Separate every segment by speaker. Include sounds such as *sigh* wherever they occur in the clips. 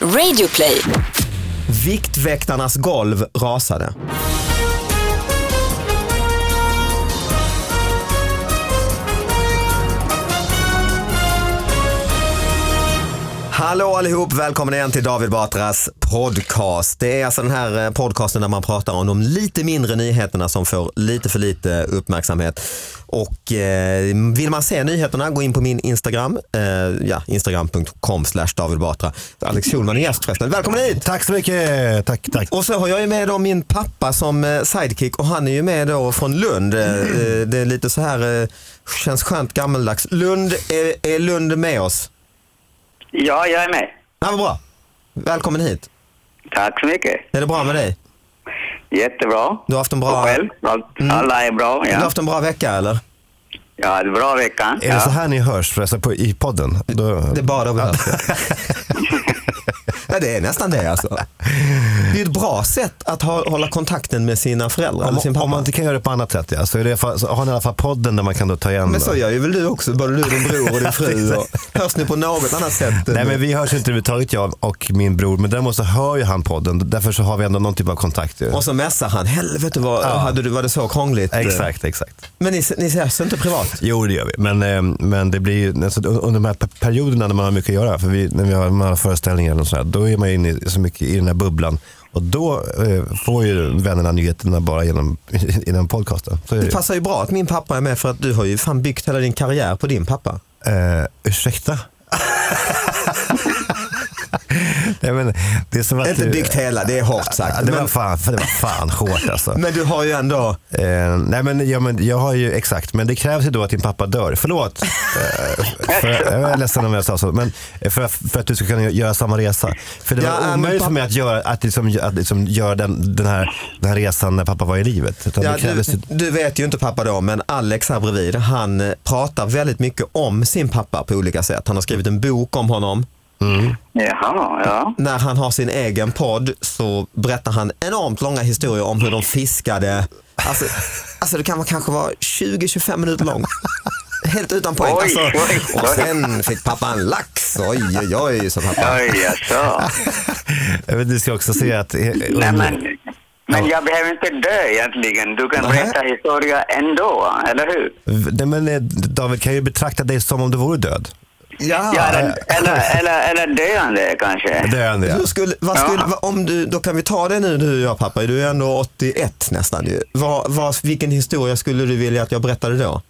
Speaker 1: Radioplay.
Speaker 2: Viktväktarnas golv rasade. Hallå allihop, välkommen igen till David Batras podcast. Det är alltså den här eh, podcasten där man pratar om de lite mindre nyheterna som får lite för lite uppmärksamhet. Och eh, vill man se nyheterna, gå in på min Instagram, eh, ja, instagram.com slash David Batra. Alex Schulman är gäst förresten. Välkommen hit!
Speaker 3: Tack så mycket. Tack, tack.
Speaker 2: Och så har jag ju med då min pappa som eh, sidekick och han är ju med då från Lund. Eh, eh, Det är lite så här, eh, känns skönt gammaldags. Lund, är, är Lund med oss?
Speaker 4: Ja, jag är med.
Speaker 2: Ja, vad bra. Välkommen hit.
Speaker 4: Tack så mycket.
Speaker 2: Är det bra med dig?
Speaker 4: Jättebra.
Speaker 2: Du har haft en bra,
Speaker 4: Och själv? Allt- Alla är bra.
Speaker 2: du har
Speaker 4: Ja,
Speaker 2: haft en bra vecka eller?
Speaker 4: ja det är bra vecka.
Speaker 3: Är det så
Speaker 4: Ja.
Speaker 3: här ni hörs förresten på, i podden? Då,
Speaker 2: Det är bara då vi hörs. *laughs* ja, det är nästan det alltså. Det är ett bra sätt att ha, hålla kontakten med sina föräldrar eller sin
Speaker 3: om,
Speaker 2: pappa.
Speaker 3: om man inte kan göra det på annat sätt ja, så, är det, i alla fall- så har ni i alla fall podden där man kan då ta igen.
Speaker 2: Men
Speaker 3: då.
Speaker 2: så gör ju väl du också, både du, din bror och din
Speaker 3: *laughs*
Speaker 2: fru. Och, hörs ni på något annat sätt?
Speaker 3: Nej men vi hörs ju inte överhuvudtaget jag och min bror, men däremot så hör ju han podden. Därför så har vi ändå någon typ av kontakt ju.
Speaker 2: Och så mässar han. Helvete vad, hade du, var det så krångligt?
Speaker 3: Exakt, exakt.
Speaker 2: Men ni, ni ses inte privat?
Speaker 3: Jo det gör vi, men, eh, men det blir ju, alltså, under de här pe- perioderna när man har mycket att göra, för vi, när vi har, man har föreställningar och sådär, då är man ju inne i- så mycket i den här bubblan. Och då eh, får ju vännerna nyheterna bara genom, *laughs* genom podcasten. Så är det
Speaker 2: Det
Speaker 3: ju.
Speaker 2: passar ju bra att min pappa är med för att du har ju fan byggt hela din karriär på din pappa.
Speaker 3: Eh, ursäkta? *laughs* Nej, men det är som att
Speaker 2: Inte
Speaker 3: du-
Speaker 2: byggt hela, det är hårt
Speaker 3: Ja,
Speaker 2: sagt.
Speaker 3: det, var
Speaker 2: Men,
Speaker 3: fan, för det var fan hårt alltså.
Speaker 2: men du har ju ändå,
Speaker 3: Eh, nej men, ja, men jag har ju exakt, men det krävs ju då att din pappa dör. Förlåt, eh, för, jag är ledsen om jag sa så, men för, för att du ska kunna göra samma resa. För det
Speaker 2: Ja,
Speaker 3: var
Speaker 2: men
Speaker 3: omöjligt
Speaker 2: pappa-
Speaker 3: för mig att göra, att liksom, att liksom göra den, den, här, den här resan när pappa var i livet. Utan
Speaker 2: ja,
Speaker 3: det
Speaker 2: du,
Speaker 3: krävs ju,
Speaker 2: du vet ju inte pappa då, men Alex här bredvid, han eh, pratar väldigt mycket om sin pappa på olika sätt. Han har skrivit en bok om honom.
Speaker 4: Jaha, ja.
Speaker 2: När han har sin egen podd så berättar han enormt långa historier om hur de fiskade. Alltså, alltså det kan vara, kanske vara 20-25 minuter lång. Helt utan poäng.
Speaker 4: Oj,
Speaker 2: alltså.
Speaker 4: oj, oj.
Speaker 2: Och sen fick pappa en lax. Oj, oj, oj, sa pappa.
Speaker 4: Oj, jaså.
Speaker 3: men du ska också se att...
Speaker 4: Nej, men, men jag behöver inte dö egentligen. Du kan berätta historia ändå, eller hur?
Speaker 3: Nej, men eh, David kan ju betrakta dig som om du vore död.
Speaker 4: Ja,
Speaker 2: Ja,
Speaker 4: eller, eller, eller, eller döende kanske.
Speaker 3: Döende ja.
Speaker 2: hur skulle, vad skulle,
Speaker 4: Ja.
Speaker 2: vad- om du, då kan vi ta det nu du och jag pappa. Du är ändå 81 nästan ju. Vad, vad, vilken historia skulle du vilja att jag berättade då?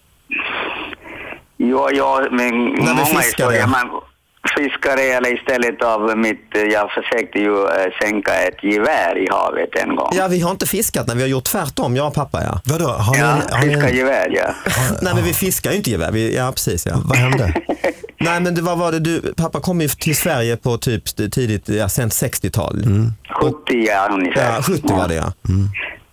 Speaker 4: Ja, ja, men
Speaker 2: vi
Speaker 4: många
Speaker 2: fiskade.
Speaker 4: historier. Man fiskade eller istället av mitt... Jag försökte ju eh, sänka ett gevär i havet en gång.
Speaker 2: Ja, vi har inte fiskat när vi har gjort tvärtom, jag och pappa ja.
Speaker 3: Vadå, har ni
Speaker 4: Ja,
Speaker 3: en, har ni
Speaker 4: fiska
Speaker 3: en,
Speaker 4: gevär, ja.
Speaker 2: Nej men vi fiskar ju inte gevär. Vi- Ja, precis ja.
Speaker 3: vad hände?
Speaker 2: *laughs* Nej men det, vad var det du, pappa kom ju till Sverige på typ tidigt, ja, sent 60-tal.
Speaker 3: Mm.
Speaker 4: 70 ja, ungefär.
Speaker 2: Ja, 70 var det ja.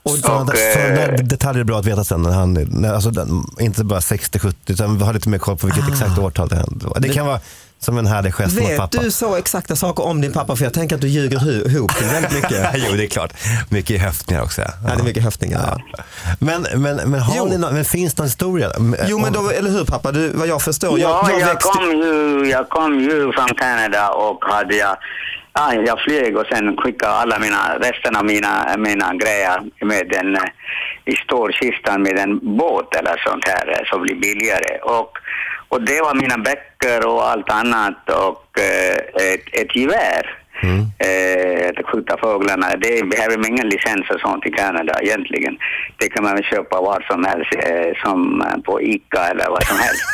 Speaker 3: Och sådana,
Speaker 4: eh,
Speaker 3: sådana alltså, detaljer är bra att veta sen. När han, när, alltså, den, inte bara 60-70 utan ha lite mer koll på vilket exakt årtal det hände. Det kan vara som en härlig gest mot
Speaker 2: Ah. Vet
Speaker 3: pappa.
Speaker 2: du så exakta saker om din pappa? För jag tänker att du ljuger hu- ihop det väldigt
Speaker 3: *laughs*
Speaker 2: mycket.
Speaker 3: jo, det är klart. Mycket höftningar också. Ja.
Speaker 2: Ja, det är mycket höftningar. Ja.
Speaker 3: Men, men, men,
Speaker 2: Jo.
Speaker 3: har ni nå- men finns det en historia?
Speaker 2: Jo men då,
Speaker 3: Eh, Om-
Speaker 2: eller hur pappa? Du, vad jag förstår.
Speaker 4: Ja, jag,
Speaker 2: växte- *laughs*
Speaker 4: kom ju, jag kom ju från Kanada och hade jag, ja, jag flög och sen skickade alla mina, resten av mina, mina grejer med den, eh, i storkistan med en båt eller sånt här eh, som blir billigare. Och, och det var mina böcker och allt annat och eh, ett, ett gevär. Eh, att skjuta fåglarna. Det behöver man ingen licens och sånt i Kanada egentligen. Det kan man väl köpa var som helst, eh, som eh, på ICA eller vad som helst.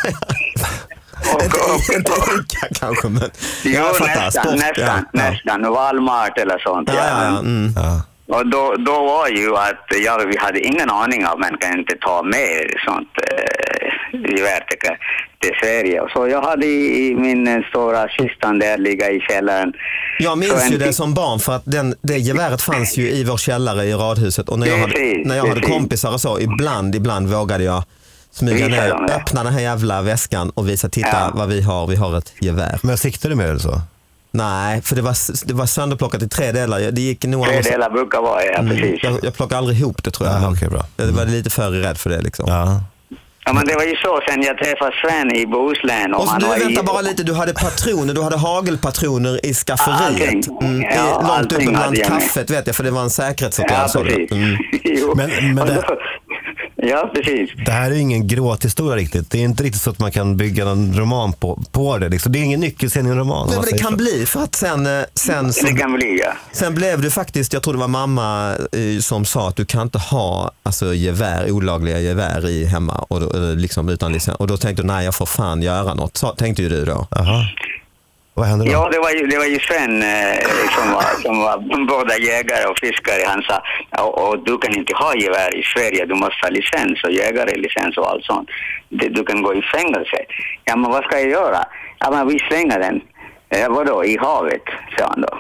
Speaker 4: Och, och,
Speaker 2: Inte
Speaker 4: och,
Speaker 2: Ica kanske men.
Speaker 4: *laughs* jo,
Speaker 2: jag fattar.
Speaker 4: nästan,
Speaker 2: Sport,
Speaker 4: nästan,
Speaker 2: ja.
Speaker 4: nästan. Walmart eller sånt.
Speaker 2: Ja,
Speaker 4: Ja,
Speaker 2: ja, ja.
Speaker 4: men-
Speaker 2: Mm.
Speaker 3: ja.
Speaker 4: Och då, då var ju att jag vi hade ingen aning om man kan inte ta med sånt eh, gevär till, till Sverige. Så jag hade i, i min eh, stora kistan där ligga i källaren.
Speaker 2: Jag
Speaker 4: Så
Speaker 2: minns
Speaker 4: en-
Speaker 2: ju det som barn för att den, det geväret fanns ju i vår källare i radhuset och när jag hade,
Speaker 4: Precis,
Speaker 2: när jag hade
Speaker 4: precis.
Speaker 2: kompisar och så, ibland, ibland vågade jag smyga
Speaker 4: Visa
Speaker 2: ner,
Speaker 4: dem, ja.
Speaker 2: öppna den här jävla väskan och visa, titta
Speaker 4: Ja.
Speaker 2: vad vi har, vi har ett gevär.
Speaker 3: Men siktar du med eller så?
Speaker 2: Nej, för det var, s- det var sönderplockat i tre delar. Jag- Det gick nog
Speaker 4: Tre
Speaker 2: annars-
Speaker 4: delar brukar
Speaker 2: Mm,
Speaker 4: vara, ja precis.
Speaker 2: jag, jag plockade aldrig ihop det tror jag.
Speaker 3: Ah, okej, bra.
Speaker 2: Jag var lite för rädd för det liksom.
Speaker 3: Ja.
Speaker 4: Ja, men det var ju så sen jag träffade Sven i Bohuslän.
Speaker 2: Och så,
Speaker 4: han
Speaker 2: Alltså, du,
Speaker 4: var
Speaker 2: vänta
Speaker 4: i,
Speaker 2: bara lite, du hade patroner, du hade hagelpatroner i skafferiet.
Speaker 4: Allting.
Speaker 2: Mm, i-
Speaker 4: Ja,
Speaker 2: långt
Speaker 4: allting
Speaker 2: uppe
Speaker 4: hade
Speaker 2: bland
Speaker 4: jag med.
Speaker 2: kaffet vet jag, för det var en säkerhetsåtgärd.
Speaker 4: Ja,
Speaker 2: sa du.
Speaker 4: precis.
Speaker 2: Mm.
Speaker 4: *laughs* Jo.
Speaker 3: Men- men
Speaker 4: Och
Speaker 3: det-
Speaker 4: då- *laughs* Ja, precis.
Speaker 3: Det här är ingen gråthistoria riktigt. Det är inte riktigt så att man kan bygga någon roman på, på det. Liksom. Det är ingen nyckelscen i en roman. om
Speaker 2: Nej,
Speaker 3: man
Speaker 2: men det
Speaker 3: säger
Speaker 2: kan
Speaker 3: så.
Speaker 2: bli för att sen, eh, sen, så,
Speaker 4: Det kan bli, ja.
Speaker 2: sen blev det faktiskt, jag tror det var mamma eh, som sa att du kan inte ha alltså, gevär, olagliga gevär i hemma och då, eh, liksom, utan licens. Och då tänkte du nej jag får fan göra något, så, tänkte ju du då.
Speaker 3: Aha. Vad händer då?
Speaker 4: Ja, det var ju, det var ju Sven eh, som, var, som var både jägare och fiskare. Han sa, och, och du kan inte ha gevär i Sverige, du måste ha licens och jägarlicens och allt sånt. Du, du kan gå i fängelse. Ja, men vad ska jag göra? Ja, men vi slänger den. Eh, vadå, i havet, sa han då.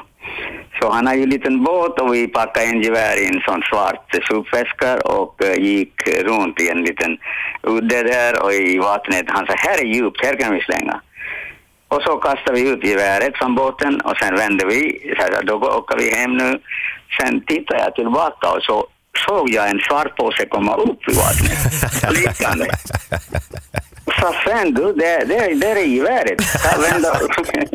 Speaker 4: Så han har ju en liten båt och vi packade en gevär i en sån svart sopväska och eh, gick runt i en liten udde där och i vattnet. Han sa, här är djupt, här kan vi slänga. Och så kastade vi ut geväret från båten och sen vände vi. Så här, då åker vi hem nu. Sen tittade jag tillbaka och så såg jag en svartpåse komma upp i vattnet. Flytande. Så sen du, det, det, det är geväret. Så vände,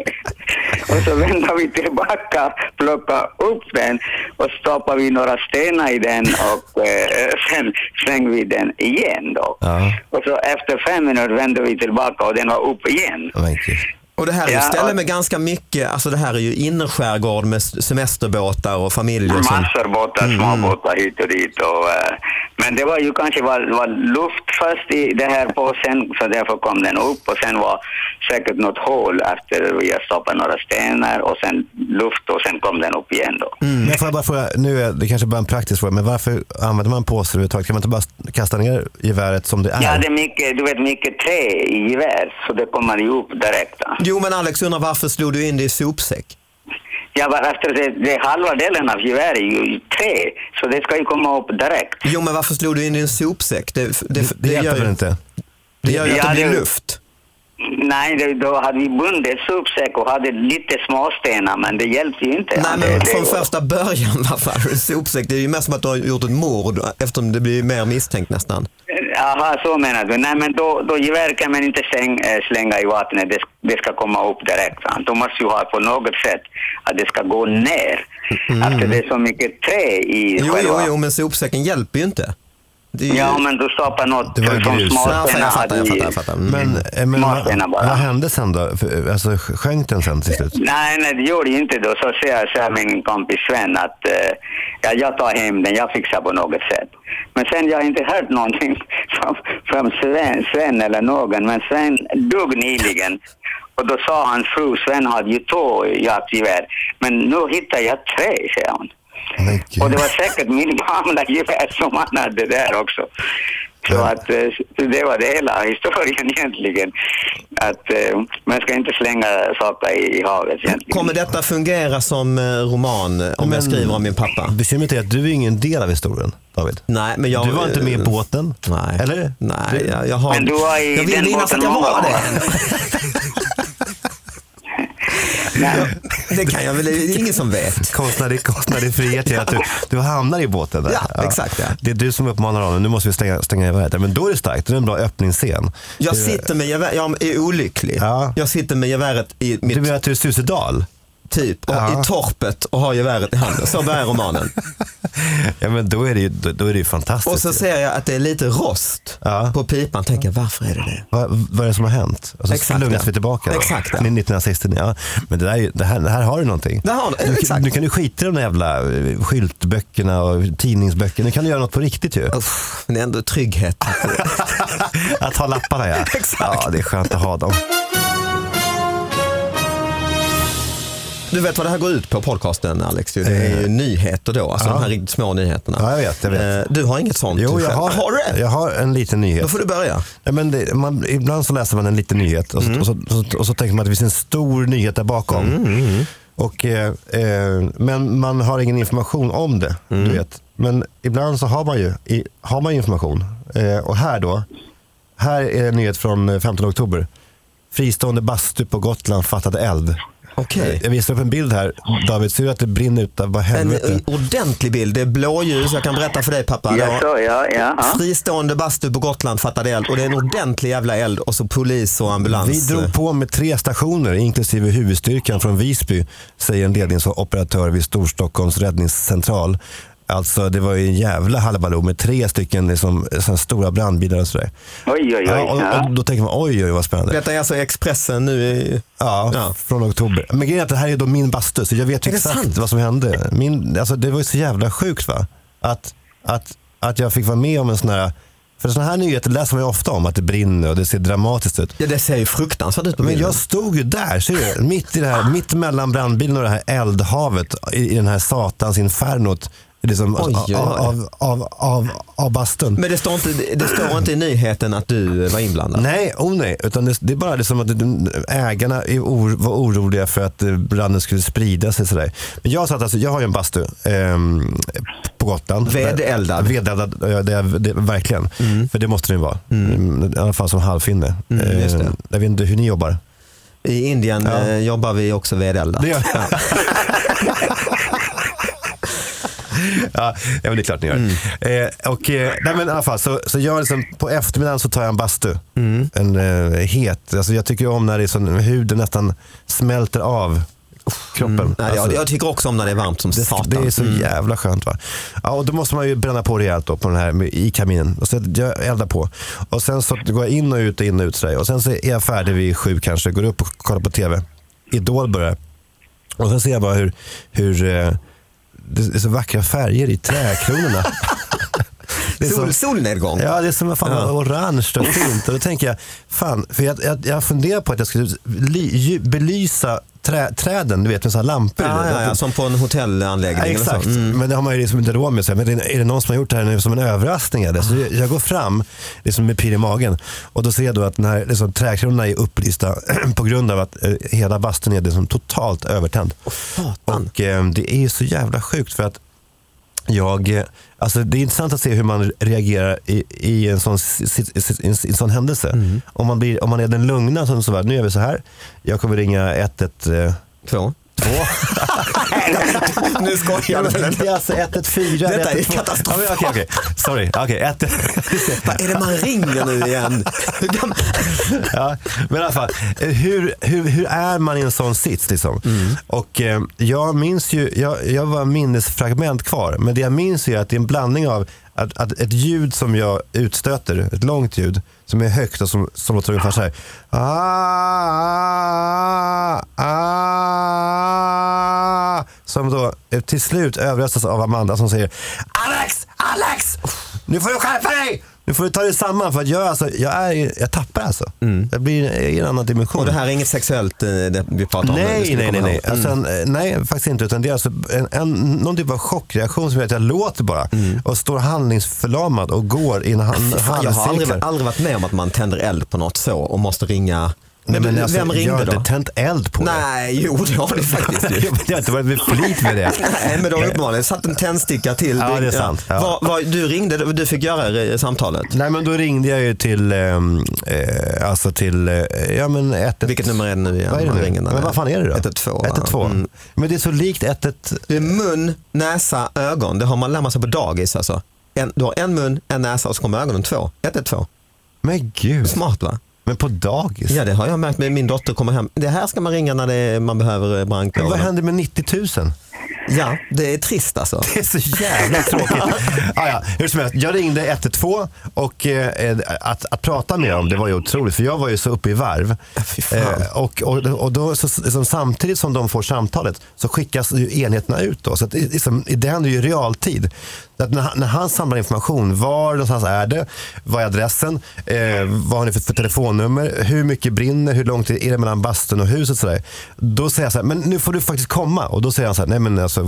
Speaker 4: *laughs* och så vände vi tillbaka, plockade upp den och stoppade vi några stenar i den och eh, sen slängde vi den igen då.
Speaker 3: Ja.
Speaker 4: Och så efter fem minuter vände vi tillbaka och den var upp igen.
Speaker 3: Men gud.
Speaker 2: Och det här är ju
Speaker 4: Ja,
Speaker 2: ställe
Speaker 4: och-
Speaker 2: med ganska mycket, alltså det här är ju innerskärgård med s- semesterbåtar och familjer. som-
Speaker 4: Massor båtar, små båtar hit och dit. Och, eh, men det var ju kanske var, var luft först i det här påsen, så därför kom den upp. Och sen var säkert något hål efter vi har stoppat några stenar och sen luft och sen kom den upp igen då.
Speaker 3: Mm. Men får jag bara fråga, nu är det kanske bara en praktisk fråga, men varför använder man påsar överhuvudtaget? Kan man inte bara kasta ner geväret som det är?
Speaker 4: Ja, det är mycket, du vet, mycket trä i gevär, så det kommer ju upp direkt. då.
Speaker 2: Jo men Alex undrar varför slog du in det i sopsäck?
Speaker 4: Ja, bara efter alltså, det, det halva delen av geväret är ju trä, så det ska ju komma upp direkt.
Speaker 2: Jo men varför slog du in det i en sopsäck? Det, det, det,
Speaker 3: det, hjälper
Speaker 2: gör,
Speaker 3: väl
Speaker 2: ju,
Speaker 3: inte?
Speaker 2: det gör ju att
Speaker 4: Ja,
Speaker 2: det blir
Speaker 4: det-
Speaker 2: luft.
Speaker 4: Nej, det, då hade vi bundit sopsäck och hade lite småstenar, men det hjälpte ju inte.
Speaker 2: Nej
Speaker 4: det,
Speaker 2: men
Speaker 4: det,
Speaker 2: från första början *laughs* varför hade du en sopsäck? Det är ju mest som att du har gjort ett mord eftersom det blir ju mer misstänkt nästan.
Speaker 4: Aha, så menar du. Nej, men då, då gevär kan man inte släng, eh, slänga i vattnet. Det, det ska komma upp direkt. va? Då måste ju ha på något sätt att det ska gå ner. Att det är så mycket trä i
Speaker 2: Mm. Jo, jo,
Speaker 4: själva...
Speaker 2: jo men sopsäcken hjälper ju inte. Det är ju...
Speaker 4: Ja, men du stoppar något
Speaker 3: Det var
Speaker 4: som
Speaker 3: grus.
Speaker 2: Ja, jag fattar, jag
Speaker 4: småstenar
Speaker 2: fattar, jag
Speaker 4: i-
Speaker 2: fattar. Jag fattar. Mm.
Speaker 3: Men, eh, men
Speaker 4: Småstenar
Speaker 3: vad,
Speaker 4: bara.
Speaker 3: vad hände sen då? För, Alltså, sjönk den sen till slut?
Speaker 4: Nej, nej, det gjorde ju inte då. Så säger jag så här min kompis Sven att eh, ja, jag tar hem den, jag fixar på något sätt. Men sen jag har inte hört någonting *laughs* från, från Sven, Sven eller någon, men Sven dog nyligen. Och då sa hans fru, Sven hade ju två jaktgevär, men nu hittar jag tre, säger hon.
Speaker 3: Men gud.
Speaker 4: Och det var säkert min gamla gevär som han hade där också. Så att eh, det var det hela historien *laughs* egentligen. Att eh, man ska inte slänga saker i, i havet egentligen.
Speaker 2: eh, Kommer detta fungera som eh, roman eh, om
Speaker 3: Men-
Speaker 2: jag skriver om min pappa?
Speaker 3: Bekymret är att du är ingen del av historien, David.
Speaker 2: Nej, men jag,
Speaker 3: Du var inte med i båten?
Speaker 2: Nej.
Speaker 3: Eller?
Speaker 2: Nej, jag, jag har...
Speaker 4: Men du var i
Speaker 2: jag vill
Speaker 4: den
Speaker 2: minnas
Speaker 4: båten
Speaker 2: att jag
Speaker 4: många
Speaker 2: var
Speaker 4: gånger.
Speaker 2: det. det kan jag väl, det är ingen som vet.
Speaker 3: Konstnärlig, konstnärlig frihet är att du, *laughs* du hamnar i båten där.
Speaker 2: Ja, exakt, ja.
Speaker 3: Det är du som uppmanar honom, nu måste vi stänga, stänga iväg det. Men då är det starkt, det är en bra öppningsscen.
Speaker 2: Jag
Speaker 3: Du-
Speaker 2: sitter med gevär, jag är olycklig.
Speaker 3: Ja.
Speaker 2: Jag sitter med geväret i
Speaker 3: Du
Speaker 2: mitt
Speaker 3: menar att du är suicidal?
Speaker 2: typ, och
Speaker 3: Ja.
Speaker 2: i torpet och har geväret i handen. Så börjar
Speaker 3: *laughs*
Speaker 2: romanen.
Speaker 3: Ja men då är det ju, då, då är det ju fantastiskt.
Speaker 2: Och så ser jag att det är lite rost
Speaker 3: Ja.
Speaker 2: på pipan. Tänker varför är det det?
Speaker 3: Vad, vad är det som har hänt? Och så
Speaker 2: Exakt,
Speaker 3: slungas
Speaker 2: ja.
Speaker 3: vi tillbaka. då.
Speaker 2: Exakt, ja.
Speaker 3: 1969. Ja. Men det, där, är ju- det, här, det här har du någonting.
Speaker 2: Där har du-
Speaker 3: nu,
Speaker 2: exakt.
Speaker 3: nu kan du skita i de där jävla eh, skyltböckerna och tidningsböckerna. Nu kan du göra något på
Speaker 2: *laughs*
Speaker 3: riktigt ju.
Speaker 2: Uff, men det är ändå
Speaker 3: *laughs*
Speaker 2: trygghet.
Speaker 3: Att ha lapparna ja. Ja, det är skönt att ha dem.
Speaker 2: Du vet vad det här går ut på podcasten Alex? ju. Det är ju nyheter då, alltså de här riktigt små nyheterna.
Speaker 3: Eh. Ja, jag vet, jag vet.
Speaker 2: Eh, Du har inget sånt
Speaker 3: Jo, jag
Speaker 2: själv.
Speaker 3: har,
Speaker 2: Har du det?
Speaker 3: jag har en liten
Speaker 2: Då
Speaker 3: nyhet.
Speaker 2: får du börja.
Speaker 3: Ja, men det, man, ibland så läser man en liten nyhet och så, och, så, och, så, och så tänker man att det finns en stor nyhet där bakom. Och, eh, eh, men man har ingen information om det. Du vet. Men ibland så har man ju, i, har man ju information. Eh, och här då, här är en nyhet från eh, 15 oktober. Fristående bastu på Gotland fattade eld.
Speaker 2: Okej.
Speaker 3: Jag visar upp en bild här. David, ser du att det brinner utav
Speaker 2: En
Speaker 3: helvete?
Speaker 2: ordentlig bild. Det är blåljus. Jag kan berätta för dig pappa.
Speaker 4: *laughs* Ja,
Speaker 2: Det var
Speaker 4: så, ja, ja. ja.
Speaker 2: Fristående bastu på Gotland fattade eld och det är en ordentlig jävla eld och så polis och ambulans.
Speaker 3: Vi drog på med tre stationer, inklusive huvudstyrkan från Visby, säger en ledningsoperatör vid Storstockholms räddningscentral. Alltså det var ju en jävla halabaloo med tre stycken liksom, såna stora brandbilar och sådär.
Speaker 4: Oj, oj, oj.
Speaker 3: Ja, och,
Speaker 4: Ja.
Speaker 3: och då tänker man oj, oj, vad spännande.
Speaker 2: Detta är alltså Expressen nu i...
Speaker 3: Ja,
Speaker 2: Ja.
Speaker 3: från oktober. Men grejen är att det här är då min bastu, så jag vet ju
Speaker 2: Är det
Speaker 3: exakt
Speaker 2: sant?
Speaker 3: vad som hände. Min, alltså, det var ju så jävla sjukt va? Att, att, att jag fick vara med om en sån här... För såna här nyheter läser man ju ofta om, att det brinner och det ser dramatiskt ut.
Speaker 2: Ja, det ser ju fruktansvärt ut på
Speaker 3: Men
Speaker 2: bilden.
Speaker 3: jag stod ju där, ser du? Mitt, i det här, mitt mellan brandbilen och det här eldhavet i, i den här satans infernot. Liksom,
Speaker 2: Oj, oj, oj.
Speaker 3: Av, av, av, av, av bastun.
Speaker 2: Men det står, inte, det står inte i nyheten att du var inblandad?
Speaker 3: Nej, oh nej. Utan det, det är bara liksom att de- ägarna är or, var oroliga för att eh, branden skulle sprida sig. Sådär. Men jag, satt, alltså, jag har ju en bastu ehm, på Gotland.
Speaker 2: Vedeldad.
Speaker 3: Där- Vedeldad, ja, det, det, verkligen. För det måste den ju vara. Mm, I alla fall som halvfinne.
Speaker 2: Mm, just det.
Speaker 3: Ehm, jag vet inte hur ni jobbar.
Speaker 2: I Indien
Speaker 3: Ja.
Speaker 2: eh, jobbar vi också vedeldat.
Speaker 3: Det gör jag. Ja, ja, men det är klart ni gör. Eh, och, eh, nej, men i alla fall, så, så jag liksom, på eftermiddagen så tar jag en bastu. En eh, het. Alltså, jag tycker ju om när det är sån, huden nästan smälter av kroppen.
Speaker 2: Mm. Nej, jag,
Speaker 3: Alltså,
Speaker 2: jag tycker också om när det är varmt som satan. Mm.
Speaker 3: det, det är så jävla skönt. Va? Ja, och då måste man ju bränna på rejält då, på den här, med- i kaminen. Och så jag eldar på. Och sen så går jag in och ut och in och ut. sådär. Och sen så är jag färdig vid sju kanske. Går upp och kollar på TV. Idol börjar. Och sen ser jag bara hur, hur eh, det är så vackra färger i
Speaker 2: *laughs*
Speaker 3: träkronorna. Det är som-
Speaker 2: Sol, solnedgång.
Speaker 3: Ja, det är som fan
Speaker 2: Ja.
Speaker 3: orange och fint. Och då tänker jag, fan, för jag, jag, jag funderar på att jag skulle li, ju- belysa trä, träden, du vet med sådana lampor. i
Speaker 2: Ja,
Speaker 3: det.
Speaker 2: ja, ja, som på en hotellanläggning.
Speaker 3: Ja,
Speaker 2: eller så.
Speaker 3: exakt,
Speaker 2: Mm.
Speaker 3: men det har man ju liksom inte råd med. Så här, Men det- är det någon som har gjort det här nu som en överraskning? Eller? Så jag, jag går fram liksom med pirr i magen och då ser jag då att den här, liksom, träkronorna är upplysta *clears throat* på grund av att eh, hela bastun är liksom totalt övertänd.
Speaker 2: Satan.
Speaker 3: Och eh, det är ju så jävla sjukt för att jag, eh, alltså det är intressant att se hur man reagerar i, i, en, sån, si- si- si- i en, i en sån händelse. Om, man blir, om man är den lugna som så här, nu gör vi så här, jag kommer ringa eh, 112.
Speaker 2: Två. nu
Speaker 3: Ja,
Speaker 2: *laughs* skojar
Speaker 3: men
Speaker 2: du. eller?
Speaker 3: det är alltså 114.
Speaker 2: Detta är
Speaker 3: 112.
Speaker 2: katastrof.
Speaker 3: Ja, men Okej, okej. Sorry. Okej, ett, *laughs*
Speaker 2: Vad är det man ringer nu igen? Hur gam-
Speaker 3: ja, men i alla fall, eh, hur, hur, hur är man i en sån sits? Liksom?
Speaker 2: Mm.
Speaker 3: Och, eh, jag minns ju, jag, jag var minnesfragment kvar, men det jag minns är att det är en blandning av att, att ett ljud som jag utstöter, ett långt ljud som är högt och som, som låter ungefär så här. Ah, ah, ah, som då eh, till slut överröstas av Amanda som säger Alex, Alex! Nu får du skärpa dig! Nu får du ta dig samman för att jag, alltså, jag, är, jag tappar alltså. Jag blir i en annan dimension.
Speaker 2: Mm. Och det här är inget sexuellt eh, det vi pratar om? nu, det ska
Speaker 3: nej,
Speaker 2: vi
Speaker 3: nej, nej.
Speaker 2: komma
Speaker 3: Nej.
Speaker 2: ihåg.
Speaker 3: Alltså, en,
Speaker 2: Mm.
Speaker 3: eh, nej, faktiskt inte. Utan det är alltså en, en, någon typ av chockreaktion som gör att jag låter bara. Och står handlingsförlamad och går i en han-
Speaker 2: Mm. Fan, jag har aldrig,
Speaker 3: halvcirkel.
Speaker 2: aldrig varit med om att man tänder eld på något så och måste ringa.
Speaker 3: Nej, men alltså,
Speaker 2: vem
Speaker 3: jag
Speaker 2: ringde
Speaker 3: har
Speaker 2: då?
Speaker 3: inte tänt eld på det. *laughs*
Speaker 2: Nej, jo det har det faktiskt. ju.
Speaker 3: Jag har inte varit vid flit med det.
Speaker 2: *laughs* Nej, men då har uppenbarligen satt en tändsticka till.
Speaker 3: Ja, det är sant. Ja.
Speaker 2: Vad- vad- du ringde, du fick göra det samtalet.
Speaker 3: Nej men då ringde jag ju till, ehm, eh, alltså till, eh, ja men 1
Speaker 2: Vilket nummer är det nu igen?
Speaker 3: Vad är det
Speaker 2: Man
Speaker 3: nu?
Speaker 2: ringer när
Speaker 3: men vad fan är det då?
Speaker 2: 112, va?
Speaker 3: 112.
Speaker 2: Mm.
Speaker 3: Men det är så likt 112.
Speaker 2: Det är mun, näsa, ögon. Det har man lämnat sig på dagis alltså. En, du har en mun, en näsa och så kommer ögonen två. Ett, ett, två.
Speaker 3: Men gud.
Speaker 2: Smart va?
Speaker 3: Men på dagis.
Speaker 2: Ja det har jag märkt med min dotter kommer hem. Det här ska man ringa när det är, man behöver eh,
Speaker 3: Men vad
Speaker 2: brandkåren.
Speaker 3: händer med 90 000?
Speaker 2: Ja, det är trist alltså.
Speaker 3: Det är så jävla tråkigt. ah, *laughs* ja, hur som helst, jag ringde 112 och eh, eh, att, att prata med dem det var ju otroligt för jag var ju så uppe i varv. Eh,
Speaker 2: fy fan.
Speaker 3: och och, och då, så, så, samtidigt som de får samtalet så skickas ju enheterna ut. Då, så att, i- liksom, det händer ju i realtid. Så Att när, han- när han samlar information, var någonstans är det? Vad är adressen? Eh, vad har ni för, för telefonnummer? Hur mycket brinner? Hur långt är det mellan bastun och huset? Sådär. Då säger jag så här, men nu får du faktiskt komma. Och då säger han så här, nej men alltså,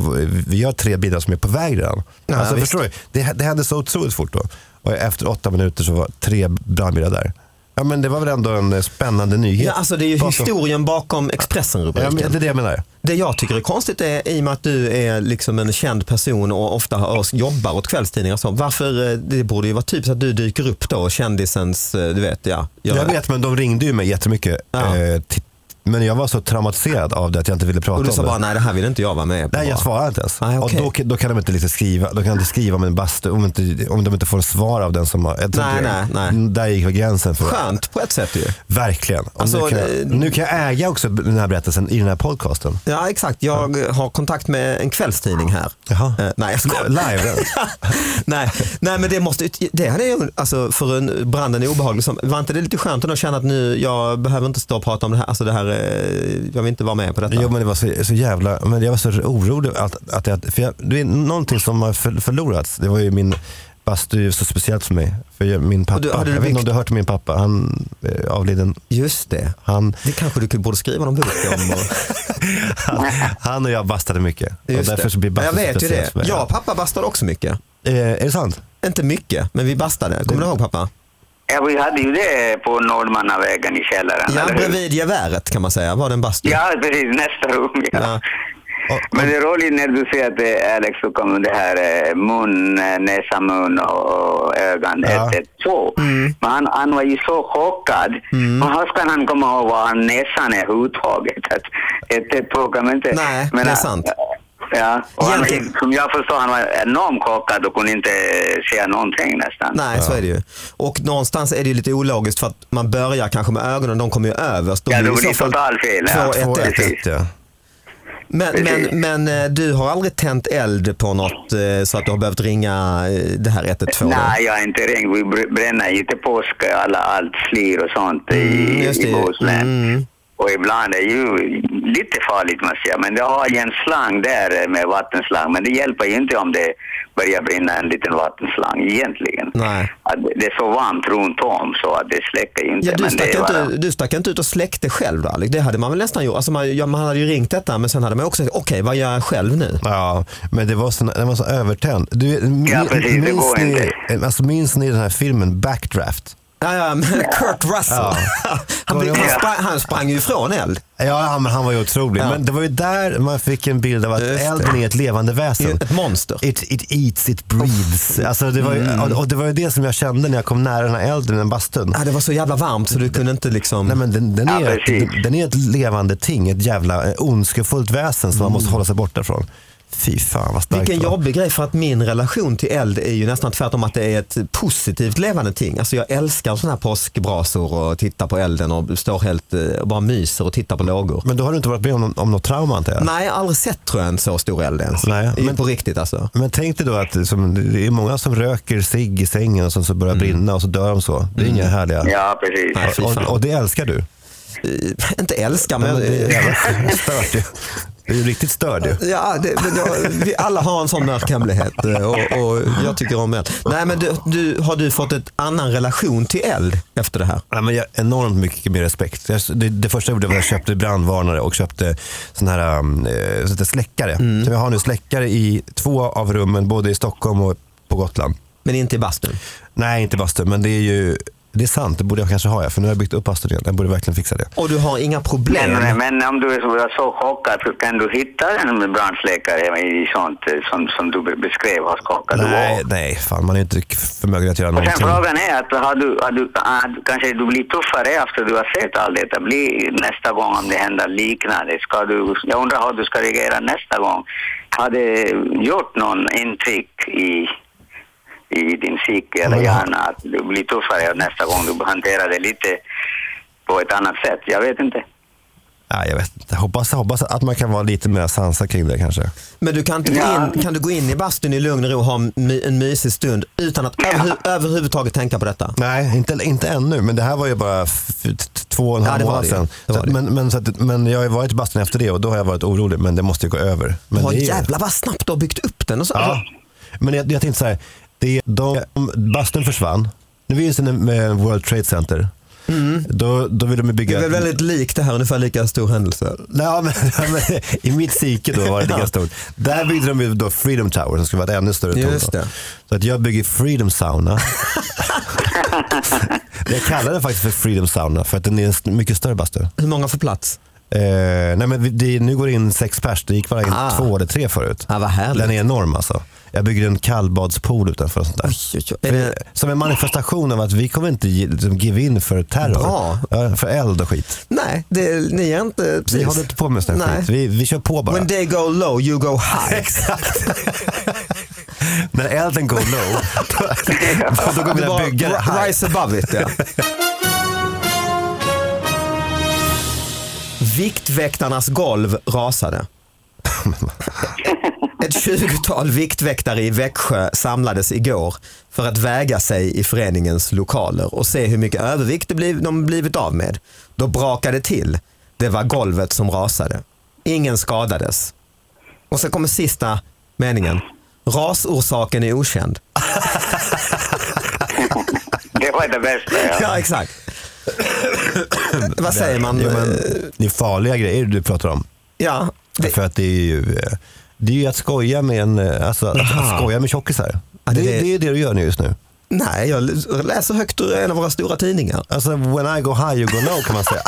Speaker 3: vi har tre bilar som är på väg redan.
Speaker 2: Ja,
Speaker 3: alltså,
Speaker 2: visst.
Speaker 3: förstår du? Det, det hände så otroligt fort då. Och efter åtta minuter så var tre brandbilar där. Ja men det var väl ändå en eh, spännande nyhet.
Speaker 2: Ja, alltså det är ju
Speaker 3: Bakom-
Speaker 2: historien bakom
Speaker 3: Ja, men,
Speaker 2: Expressen-rubriken.
Speaker 3: det är det jag menar.
Speaker 2: Det jag tycker är konstigt är i och med att du är liksom en känd person och ofta har- jobbar åt kvällstidningar och så. Varför, eh, det borde ju vara typiskt att du dyker upp då, kändisens, eh, du vet, ja. gör-
Speaker 3: Jag vet men de ringde ju mig jättemycket.
Speaker 2: Ja.
Speaker 3: Eh, till- Men jag var så traumatiserad av det att jag inte ville prata
Speaker 2: Och
Speaker 3: om
Speaker 2: du sa
Speaker 3: det.
Speaker 2: bara, nej det här vill inte jag vara med på.
Speaker 3: Nej, jag
Speaker 2: bara.
Speaker 3: svarar inte ens.
Speaker 2: Nej, Ah, okej.
Speaker 3: Och då, då kan de inte liksom skriva, då kan de inte skriva om en bastu om, inte, om de inte får svar av den som har... jag tror
Speaker 2: Nej,
Speaker 3: inte det.
Speaker 2: nej, nej.
Speaker 3: Där gick väl gränsen för
Speaker 2: Skönt på ett sätt ju.
Speaker 3: Verkligen. Och
Speaker 2: Alltså,
Speaker 3: nu, kan
Speaker 2: det-
Speaker 3: jag, nu kan jag äga också den här berättelsen i den här podcasten.
Speaker 2: Ja exakt, jag har kontakt med en kvällstidning här.
Speaker 3: Jaha.
Speaker 2: Eh, nej jag skojar.
Speaker 3: Live.
Speaker 2: *laughs* nej, nej men det måste, det hade ju, alltså för en branden är obehaglig, som, var inte det lite skönt att känna att nu, jag behöver inte stå och prata om det här, alltså det här, eh, jag vill inte vara med på detta.
Speaker 3: Jo men det var så, så jävla, men jag var så orolig att, att jag, för jag, det är någonting som har för- förlorats. Det var ju min bastu är ju så speciellt för mig. För jag, min pappa,
Speaker 2: du-
Speaker 3: jag
Speaker 2: hade du
Speaker 3: vet inte
Speaker 2: byggt-
Speaker 3: om du har hört om min pappa, han eh, avliden.
Speaker 2: Just det,
Speaker 3: Han, *laughs*
Speaker 2: det kanske du borde skriva någon *laughs* bok om. Och,
Speaker 3: han, han och jag bastade mycket. och
Speaker 2: Just
Speaker 3: därför
Speaker 2: det.
Speaker 3: så blir
Speaker 2: Ja, jag
Speaker 3: bastu
Speaker 2: vet ju
Speaker 3: speciellt
Speaker 2: det.
Speaker 3: för mig.
Speaker 2: Jag och pappa bastade också mycket.
Speaker 3: Eh, är det sant?
Speaker 2: Inte mycket, men vi bastade. Kommer du ihåg pappa?
Speaker 4: *laughs* Ja, vi hade ju det på Nordmannavägen i källaren.
Speaker 2: Ja,
Speaker 4: eller hur?
Speaker 2: bredvid geväret kan man säga var det en bastu.
Speaker 4: Ja, precis. Nästa rum. Ja.
Speaker 2: Ja.
Speaker 3: Och-
Speaker 4: Men det är roligt när du säger att det är Alex, så kommer det här eh, mun, eh, näsa, mun och ögon.
Speaker 3: Ja.
Speaker 4: Ett, ett, två.
Speaker 2: Mm.
Speaker 4: Men han, han var ju så chockad. Och hur ska han komma ihåg vad han näsan är överhuvudtaget? Att- Ett, ett, två kan man inte...
Speaker 2: Nej, det är
Speaker 4: ah,
Speaker 2: sant.
Speaker 4: Ja, och han, var ju-
Speaker 2: Egentligen-
Speaker 4: som jag förstår han var enormt chockad och kunde inte säga någonting nästan.
Speaker 2: Nej, så är det ju. Och någonstans är det ju lite ologiskt för att man börjar kanske med ögonen, de kommer ju överst. Då
Speaker 4: Ja,
Speaker 2: blir
Speaker 4: då
Speaker 2: det i
Speaker 4: blir
Speaker 2: så fall
Speaker 4: totalt fel, ja.
Speaker 2: två, ett,
Speaker 3: Två,
Speaker 2: ett.
Speaker 3: ett, ett, ja.
Speaker 2: Men, men, men eh, du har aldrig tänt eld på något eh, så att du har behövt ringa eh, det här 112?
Speaker 4: Nej, jag har inte ringt. Vi br- bränner ju till påsk alla, allt slir och sånt
Speaker 2: Mm,
Speaker 4: i,
Speaker 2: just det.
Speaker 4: i Bohuslän.
Speaker 2: Mm.
Speaker 4: Och ibland är det ju lite farligt måste jag säga. Men det har ju en slang där eh, med vattenslang. Men det hjälper ju inte om det börjar brinna en liten vattenslang egentligen.
Speaker 2: Nej.
Speaker 4: Att det- det är så varmt runt om så att det släcker ju inte.
Speaker 2: Ja, du,
Speaker 4: men det
Speaker 2: stack
Speaker 4: är bara-
Speaker 2: inte, du stack inte ut och släckte själv då Alex? Det hade man väl nästan gjort? Alltså man, ja, man hade ju ringt detta men sen hade man också sagt, okej vad gör jag själv nu?
Speaker 3: Ja, men det var så, den var så övertänd. Du,
Speaker 4: Ja,
Speaker 3: min-
Speaker 4: precis, det
Speaker 3: minns,
Speaker 4: går
Speaker 3: ni, alltså, minns ni den här filmen Backdraft?
Speaker 2: Ja, ja, men Kurt Russell,
Speaker 3: Ja.
Speaker 2: han, blev- han,
Speaker 4: Ja.
Speaker 2: sprang, han sprang ju ifrån eld.
Speaker 3: Ja, han, han var ju otrolig.
Speaker 2: Ja.
Speaker 3: Men det var ju där man fick en bild av att
Speaker 2: Just det.
Speaker 3: elden är ett levande
Speaker 2: Det är
Speaker 3: väsen.
Speaker 2: Ett monster. Mm.
Speaker 3: It, it eats, it breathes. Alltså, det var ju, och, och det var ju det som jag kände när jag kom nära den här elden i den bastun.
Speaker 2: Ja, det var så jävla varmt så du kunde inte liksom...
Speaker 3: Nej, men den, den,
Speaker 4: Ja,
Speaker 3: är,
Speaker 4: precis.
Speaker 3: den, den är ett levande ting, ett jävla eh, ondskefullt väsen som man måste hålla sig borta från. Fy fan vad starkt
Speaker 2: Mm. Vilken
Speaker 3: det var.
Speaker 2: jobbig grej för att min relation till eld är ju nästan tvärtom att det är ett positivt levande ting. Alltså jag älskar sådana här påskbrasor och titta på elden och står helt eh, och bara myser och tittar på lågor.
Speaker 3: Men då har du inte varit med om, någon- om något trauma antar jag?
Speaker 2: Nej, jag har aldrig sett tror jag en så stor eld ens.
Speaker 3: Nej,
Speaker 2: men...
Speaker 3: men-
Speaker 2: På riktigt alltså.
Speaker 3: Men tänk dig då att som, det är många som röker cigg i sängen och sen så börjar brinna och så dör de så. Det är inga härliga.
Speaker 4: Ja, precis.
Speaker 2: Mm. Nej, fy fan.
Speaker 3: Och, och det älskar du.
Speaker 2: Eh, Inte älskar men...
Speaker 3: Men det är jävla stört ju. Det är ju riktigt störd ju.
Speaker 2: Ja, det, men jag, vi alla har en sån mörk hemlighet eh, och, och jag tycker om eld. Nej men du, du, har du fått en annan relation till eld efter det här?
Speaker 3: Nej, men jag har enormt mycket mer respekt. Jag, det, det första jag gjorde var att jag köpte brandvarnare och köpte sån här, um, eh, sån här släckare. Så jag har nu släckare i två av rummen, både i Stockholm och på Gotland.
Speaker 2: Men inte i bastun?
Speaker 3: Nej, inte bastu, men det är ju det är sant. Det borde jag kanske ha, ja, för nu har jag byggt upp bastun igen. Jag borde verkligen fixa det.
Speaker 2: Och du har inga problem?
Speaker 4: Men, men om du var så chockad, hur kan du hitta en brandsläckare i sånt eh, som, som du beskrev, hur chockad du var?
Speaker 3: Nej, nej, fan man är ju inte förmögen att göra
Speaker 4: Och sen
Speaker 3: någonting.
Speaker 4: frågan är att har du, har du, har du, kanske du blir tuffare efter du har sett allt detta. Bli, nästa gång om det händer liknande. Ska du, jag undrar hur du ska reagera nästa gång. Har det gjort någon intryck i, i din psyke eller
Speaker 3: Men-
Speaker 4: hjärna att du blir tuffare nästa gång du hanterar det lite på ett annat sätt? Jag vet inte.
Speaker 3: Nej, jag vet inte. Hoppas, hoppas att man kan vara lite mer sansad kring det kanske.
Speaker 2: Men du kan, inte gå
Speaker 4: Ja.
Speaker 2: in, kan du gå in i bastun i lugn och ro och ha en my- en mysig stund utan att överhu- överhuvudtaget tänka på detta?
Speaker 3: Nej, inte, inte ännu. Men det här var ju bara f- t- t- två och en
Speaker 2: Ja,
Speaker 3: halv
Speaker 2: det var
Speaker 3: månad
Speaker 2: det ju.
Speaker 3: sedan.
Speaker 2: Det
Speaker 3: Så
Speaker 2: var
Speaker 3: att-
Speaker 2: det.
Speaker 3: Men, men, så att, men jag har ju varit i bastun efter det och då har jag varit orolig. Men det måste ju gå över. Men
Speaker 2: Vad
Speaker 3: det är ju-
Speaker 2: jävlar vad snabbt du har byggt upp den. Och så.
Speaker 3: Ja. Men jag, jag tänkte så här. Det är de, om bastun försvann. Nu finns det en eh, World Trade Center. Då, då vill de ju
Speaker 2: Mm. Det
Speaker 3: bygga...
Speaker 2: är väl väldigt likt det här, ungefär lika stor händelse.
Speaker 3: Nej, men, *laughs* men, I mitt psyke då var det lika
Speaker 2: Ja.
Speaker 3: stort. Där byggde de ju då Freedom Tower som skulle vara ett ännu större torn.
Speaker 2: Just
Speaker 3: då.
Speaker 2: det.
Speaker 3: Så att jag bygger Freedom
Speaker 2: *laughs*
Speaker 3: Sauna. jag kallar den faktiskt för Freedom Sauna för att den är en st- mycket större bastu.
Speaker 2: Hur många får plats?
Speaker 3: Eh, nej men vi, det, nu går det in sex pers, det gick bara in
Speaker 2: Ah.
Speaker 3: två eller tre förut.
Speaker 2: Ja, vad härligt.
Speaker 3: Den är enorm alltså. Jag bygger en kallbadspool utanför. och Sånt där.
Speaker 2: Oj, oj, oj. Är det,
Speaker 3: Som en manifestation av att vi kommer inte ge, liksom, give in för terror.
Speaker 2: Bra.
Speaker 3: Ja, för eld och skit.
Speaker 2: nej, det, ni är inte... Precis.
Speaker 3: Vi håller inte på med sån här
Speaker 2: Nej.
Speaker 3: skit. Vi, vi kör på bara.
Speaker 2: When they go low, you go
Speaker 3: *laughs*
Speaker 2: high.
Speaker 3: När elden går *laughs* low, då,
Speaker 2: *laughs*
Speaker 3: då, då går
Speaker 2: Det
Speaker 3: mina
Speaker 2: var
Speaker 3: byggare
Speaker 2: ri-
Speaker 3: high.
Speaker 2: Rise above it, ja. *laughs* Viktväktarnas golv *laughs* rasade. Ett tjugotal viktväktare i Växjö samlades igår för att väga sig i föreningens lokaler och se hur mycket övervikt de bliv- de blivit av med. Då brakade till. Det var golvet som rasade. Ingen skadades. Och så kommer sista meningen. Rasorsaken är okänd.
Speaker 4: Det var det bästa. Ja.
Speaker 2: *laughs* Ja, exakt. *coughs* Vad säger man?
Speaker 3: Jo, men, det är farliga grejer du pratar om.
Speaker 2: Ja, det,
Speaker 3: För att det är ju eh, det är ju att skoja med en, eh, alltså, att,
Speaker 2: Jaha.
Speaker 3: att skoja med tjockisar.
Speaker 2: Ja,
Speaker 3: det,
Speaker 2: det-
Speaker 3: det, är det du gör nu just nu.
Speaker 2: nej, jag läser högt ur en av våra stora tidningar.
Speaker 3: Alltså when I go high you go low kan man *laughs* säga.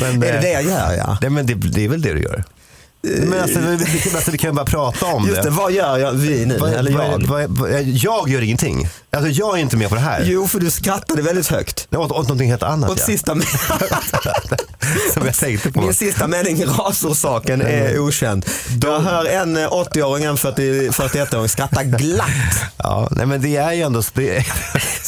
Speaker 3: men,
Speaker 2: Är det
Speaker 3: eh,
Speaker 2: det jag gör? Ja.
Speaker 3: Nej men det, det är väl det du gör. Men alltså, vi, vi, alltså, vi kan ju bara prata om
Speaker 2: Just det,
Speaker 3: det.
Speaker 2: vad gör jag, vi nu?
Speaker 3: Vad-
Speaker 2: eller
Speaker 3: vad-
Speaker 2: jag?
Speaker 3: vad- vad- jag gör ingenting. Alltså jag är inte med på det här.
Speaker 2: Jo, för du skrattade väldigt högt.
Speaker 3: Jag åt, åt någonting helt annat.
Speaker 2: Och
Speaker 3: ja.
Speaker 2: sista,
Speaker 3: *laughs*
Speaker 2: *laughs*
Speaker 3: Som jag tänkte på.
Speaker 2: min sista mening, rasorsaken, är okänd. Jag hör en eh, 80-åring och en 40 41-åring skratta *laughs* glatt.
Speaker 3: Ja, nej men det är ju ändå... *laughs* Det,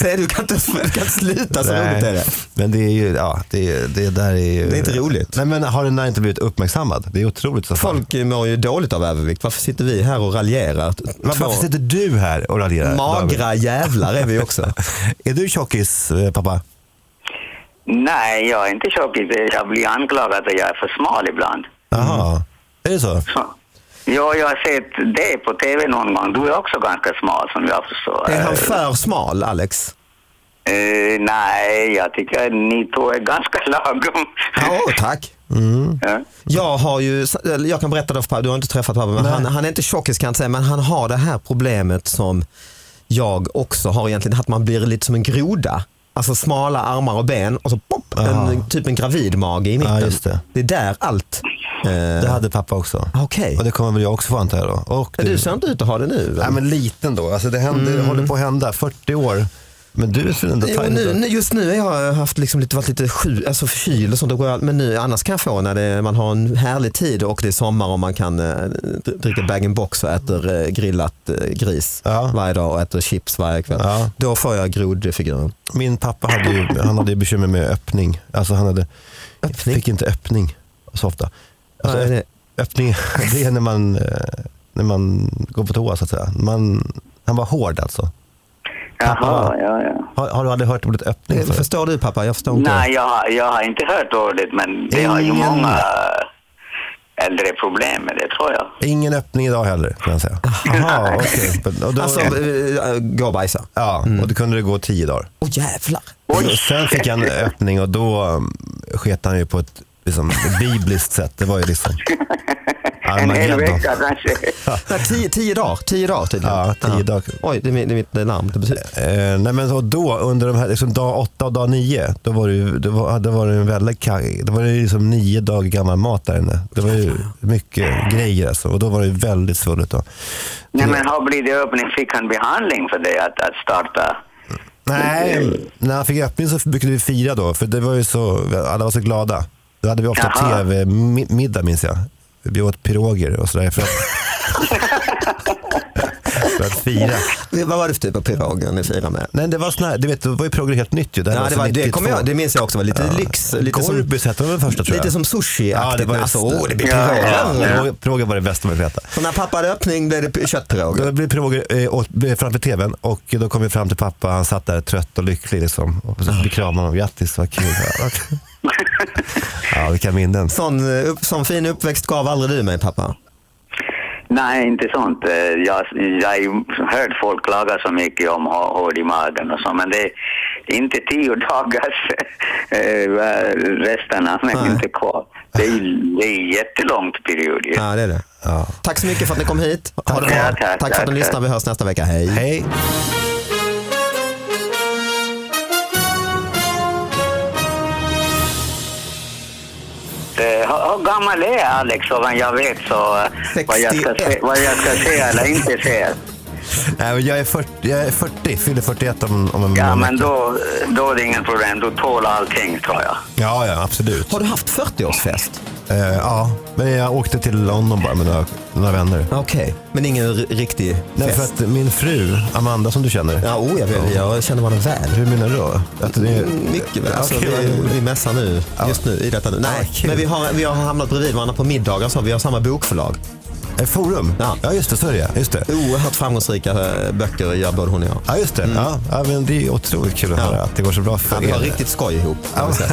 Speaker 2: Säger du kan inte, du kan inte sluta, så
Speaker 3: Nej,
Speaker 2: Alltså, roligt är det.
Speaker 3: Men det är ju, ja, det, är- det där är ju...
Speaker 2: Det är inte roligt.
Speaker 3: Nej men har den där inte blivit uppmärksammad? Det är otroligt. Så fan.
Speaker 2: Folk mår ju dåligt av övervikt. Varför sitter vi här och raljerar?
Speaker 3: Var,
Speaker 2: Två
Speaker 3: varför sitter du här och raljerar? David?
Speaker 2: magra jävlar är vi *laughs* också.
Speaker 3: Är du tjockis eh, pappa?
Speaker 4: Nej, jag är inte tjockis. Jag blir anklagad att jag är för smal ibland.
Speaker 3: Jaha,
Speaker 2: Mm.
Speaker 3: är det så?
Speaker 4: Så. Ja, jag har sett det på TV någon gång. Du är också ganska smal som jag förstår.
Speaker 2: Är han för smal, Alex?
Speaker 4: Eh, nej, jag tycker att ni två är ganska *laughs* lagom.
Speaker 2: Ja, tack.
Speaker 4: Ja.
Speaker 2: Jag har ju, eller jag kan berätta det för pappa, du har inte träffat pappa, men
Speaker 3: Nej.
Speaker 2: han, han är inte tjockis kan jag inte säga, men han har det här problemet som jag också har egentligen, att man blir lite som en groda. Alltså smala armar och ben och så pop,
Speaker 3: Aha.
Speaker 2: en, typ en gravid mage i mitten.
Speaker 3: Ah. Ja, just det.
Speaker 2: är där allt. Eh,
Speaker 3: Det hade pappa också.
Speaker 2: Okej.
Speaker 3: Och det kommer väl jag också få antar jag då. Och
Speaker 2: Men Du ser inte ut att ha det nu.
Speaker 3: Nej men liten då. Alltså det, händer, det håller på att hända. 40 år. Men du ser ändå
Speaker 2: Jo,
Speaker 3: tajt
Speaker 2: nu,
Speaker 3: ut.
Speaker 2: nu, just nu har jag haft liksom lite, varit lite sju, alltså förkyld och sånt. och går jag- Men nu, annars kan jag få när det, man har en härlig tid och det är sommar och man kan eh, dr- dricka bag-in-box och äter eh, grillat eh, gris
Speaker 3: Ja.
Speaker 2: varje dag och äter chips varje kväll.
Speaker 3: Ja.
Speaker 2: Då får jag grodfiguren.
Speaker 3: Min pappa hade ju, han hade ju bekymmer med öppning. Alltså han hade,
Speaker 2: Öppning?
Speaker 3: fick inte öppning så ofta. Alltså,
Speaker 2: Vad är det?
Speaker 3: Öppning, *laughs* det är när man, eh, när man går på toa så att säga. Man, han var hård alltså.
Speaker 4: Jaha, ja, ja.
Speaker 3: Har, har du aldrig hört ordet öppning? förut?
Speaker 2: Förstår du pappa? Jag förstår inte.
Speaker 4: Nej, jag, har- jag har inte hört ordet, men det har ju
Speaker 3: Ingen.
Speaker 4: många äldre problem med det, tror jag.
Speaker 3: Ingen öppning idag heller kan jag säga. *laughs* Aha, okej. Och då-
Speaker 2: Alltså, eh, gå och bajsa.
Speaker 3: ja, och då kunde det gå tio dagar.
Speaker 2: Åh jävlar.
Speaker 4: Oj.
Speaker 3: Sen fick han öppning och då um, sket han ju på ett liksom, bibliskt sätt. Det var ju liksom
Speaker 4: En hel
Speaker 3: Armageddon.
Speaker 4: vecka kanske.
Speaker 2: Nej, tio, tio dagar, tio dagar tydligen.
Speaker 3: Ja, tio dagar.
Speaker 2: Oj, det är, mitt- det är mitt larm. Det betyder.
Speaker 3: Eh, nej men så då under de här, liksom dag åtta och dag nio, då var det, ju, det, var, det var det en väldigt kaj, det var det ju liksom nio dagar gammal mat där inne. Det var ju mycket grejer alltså, och då var det ju väldigt svullet. Då.
Speaker 4: Nej, men har blivit det öppning? Fick han behandling för det, att, att starta?
Speaker 3: Nej,
Speaker 2: Mm.
Speaker 3: när han fick öppning så brukade vi fira då, för det var ju så, alla var så glada. Då hade vi ofta
Speaker 4: Jaha.
Speaker 3: tv-middag minns jag. Vi åt piroger och sådär för att,
Speaker 2: *laughs*
Speaker 3: för att fira.
Speaker 2: Vad var det för typ av piroger ni firade med?
Speaker 3: Nej, Eh. det var sån här, du vet, det var ju piroger helt nytt ju. Det, här
Speaker 2: Ja, det, var, det,
Speaker 3: 92.
Speaker 2: kommer jag, det minns jag också var lite lyx. Lite som,
Speaker 3: Gorbis hette de väl första tror jag.
Speaker 2: lite som sushi
Speaker 3: Ja, det var ju-
Speaker 2: alltså, åh, det blir
Speaker 4: Ja,
Speaker 2: piroger.
Speaker 3: Ja, piroger- Piroger var det bästa man fick äta.
Speaker 2: Så när pappa hade öppning blev det p- köttpiroger.
Speaker 3: Då blev piroger eh, åt- blev framför tvn och då kom vi fram till pappa. Han satt där trött och lycklig. Liksom. Och så vi kramade honom. Grattis, vad kul. ja, vilka minnen.
Speaker 2: Sån, eh, upp, sån fin uppväxt gav aldrig du mig pappa.
Speaker 4: Nej, inte sånt. Eh, Jag, jag har ju hört folk klaga så mycket om hå- hård i magen och så, men det är inte tio *laughs* dagars eh, va- resterna,
Speaker 2: Nej.
Speaker 4: men inte kvar. Det är, det är en jättelång period ju.
Speaker 2: Ja, det är det.
Speaker 3: Ja.
Speaker 2: Tack så mycket för att ni kom hit. Ha det bra.
Speaker 4: Ja, tack,
Speaker 2: tack för att ni
Speaker 4: tack,
Speaker 2: lyssnade. Vi hörs nästa vecka. Hej.
Speaker 3: Hej.
Speaker 4: Ja, hur Eh, gammal är Alex och vad jag vet så eh, vad jag, ska se,
Speaker 2: 61.
Speaker 4: vad jag ska se eller inte se.
Speaker 3: Nej, men jag är 40, jag är 40 fyller 41 om, om en
Speaker 4: Ja,
Speaker 3: månad.
Speaker 4: men då, då är det inget problem. Du tål allting tror jag.
Speaker 3: Ja, ja, absolut.
Speaker 2: Har du haft 40-årsfest?
Speaker 3: Eh, ja, men jag åkte till London bara med några, några vänner.
Speaker 2: Okej, men ingen r- riktig fest?
Speaker 3: Nej, för att min fru, Amanda som du känner.
Speaker 2: Ja, oh, jag, vet, jag känner honom väl.
Speaker 3: Hur menar du då? Att det är...
Speaker 2: Mycket väl. Alltså,
Speaker 3: Mm. Okej, vad
Speaker 2: vi,
Speaker 3: roligt.
Speaker 2: vi mässar nu, just nu, i detta nu.
Speaker 3: Ja,
Speaker 2: Nej,
Speaker 3: kul.
Speaker 2: men vi har, vi har hamnat bredvid varandra på middagar, så vi har samma bokförlag.
Speaker 3: Eh, Forum?
Speaker 2: Ja.
Speaker 3: ja, just det. Så är det. Just det.
Speaker 2: Oerhört framgångsrika eh, böcker gör både hon och jag.
Speaker 3: Ja, just det. Ja, ja, men det är otroligt kul att höra att det går så bra för
Speaker 2: Ja, vi har
Speaker 3: er.
Speaker 2: riktigt skoj ihop. kan man säga.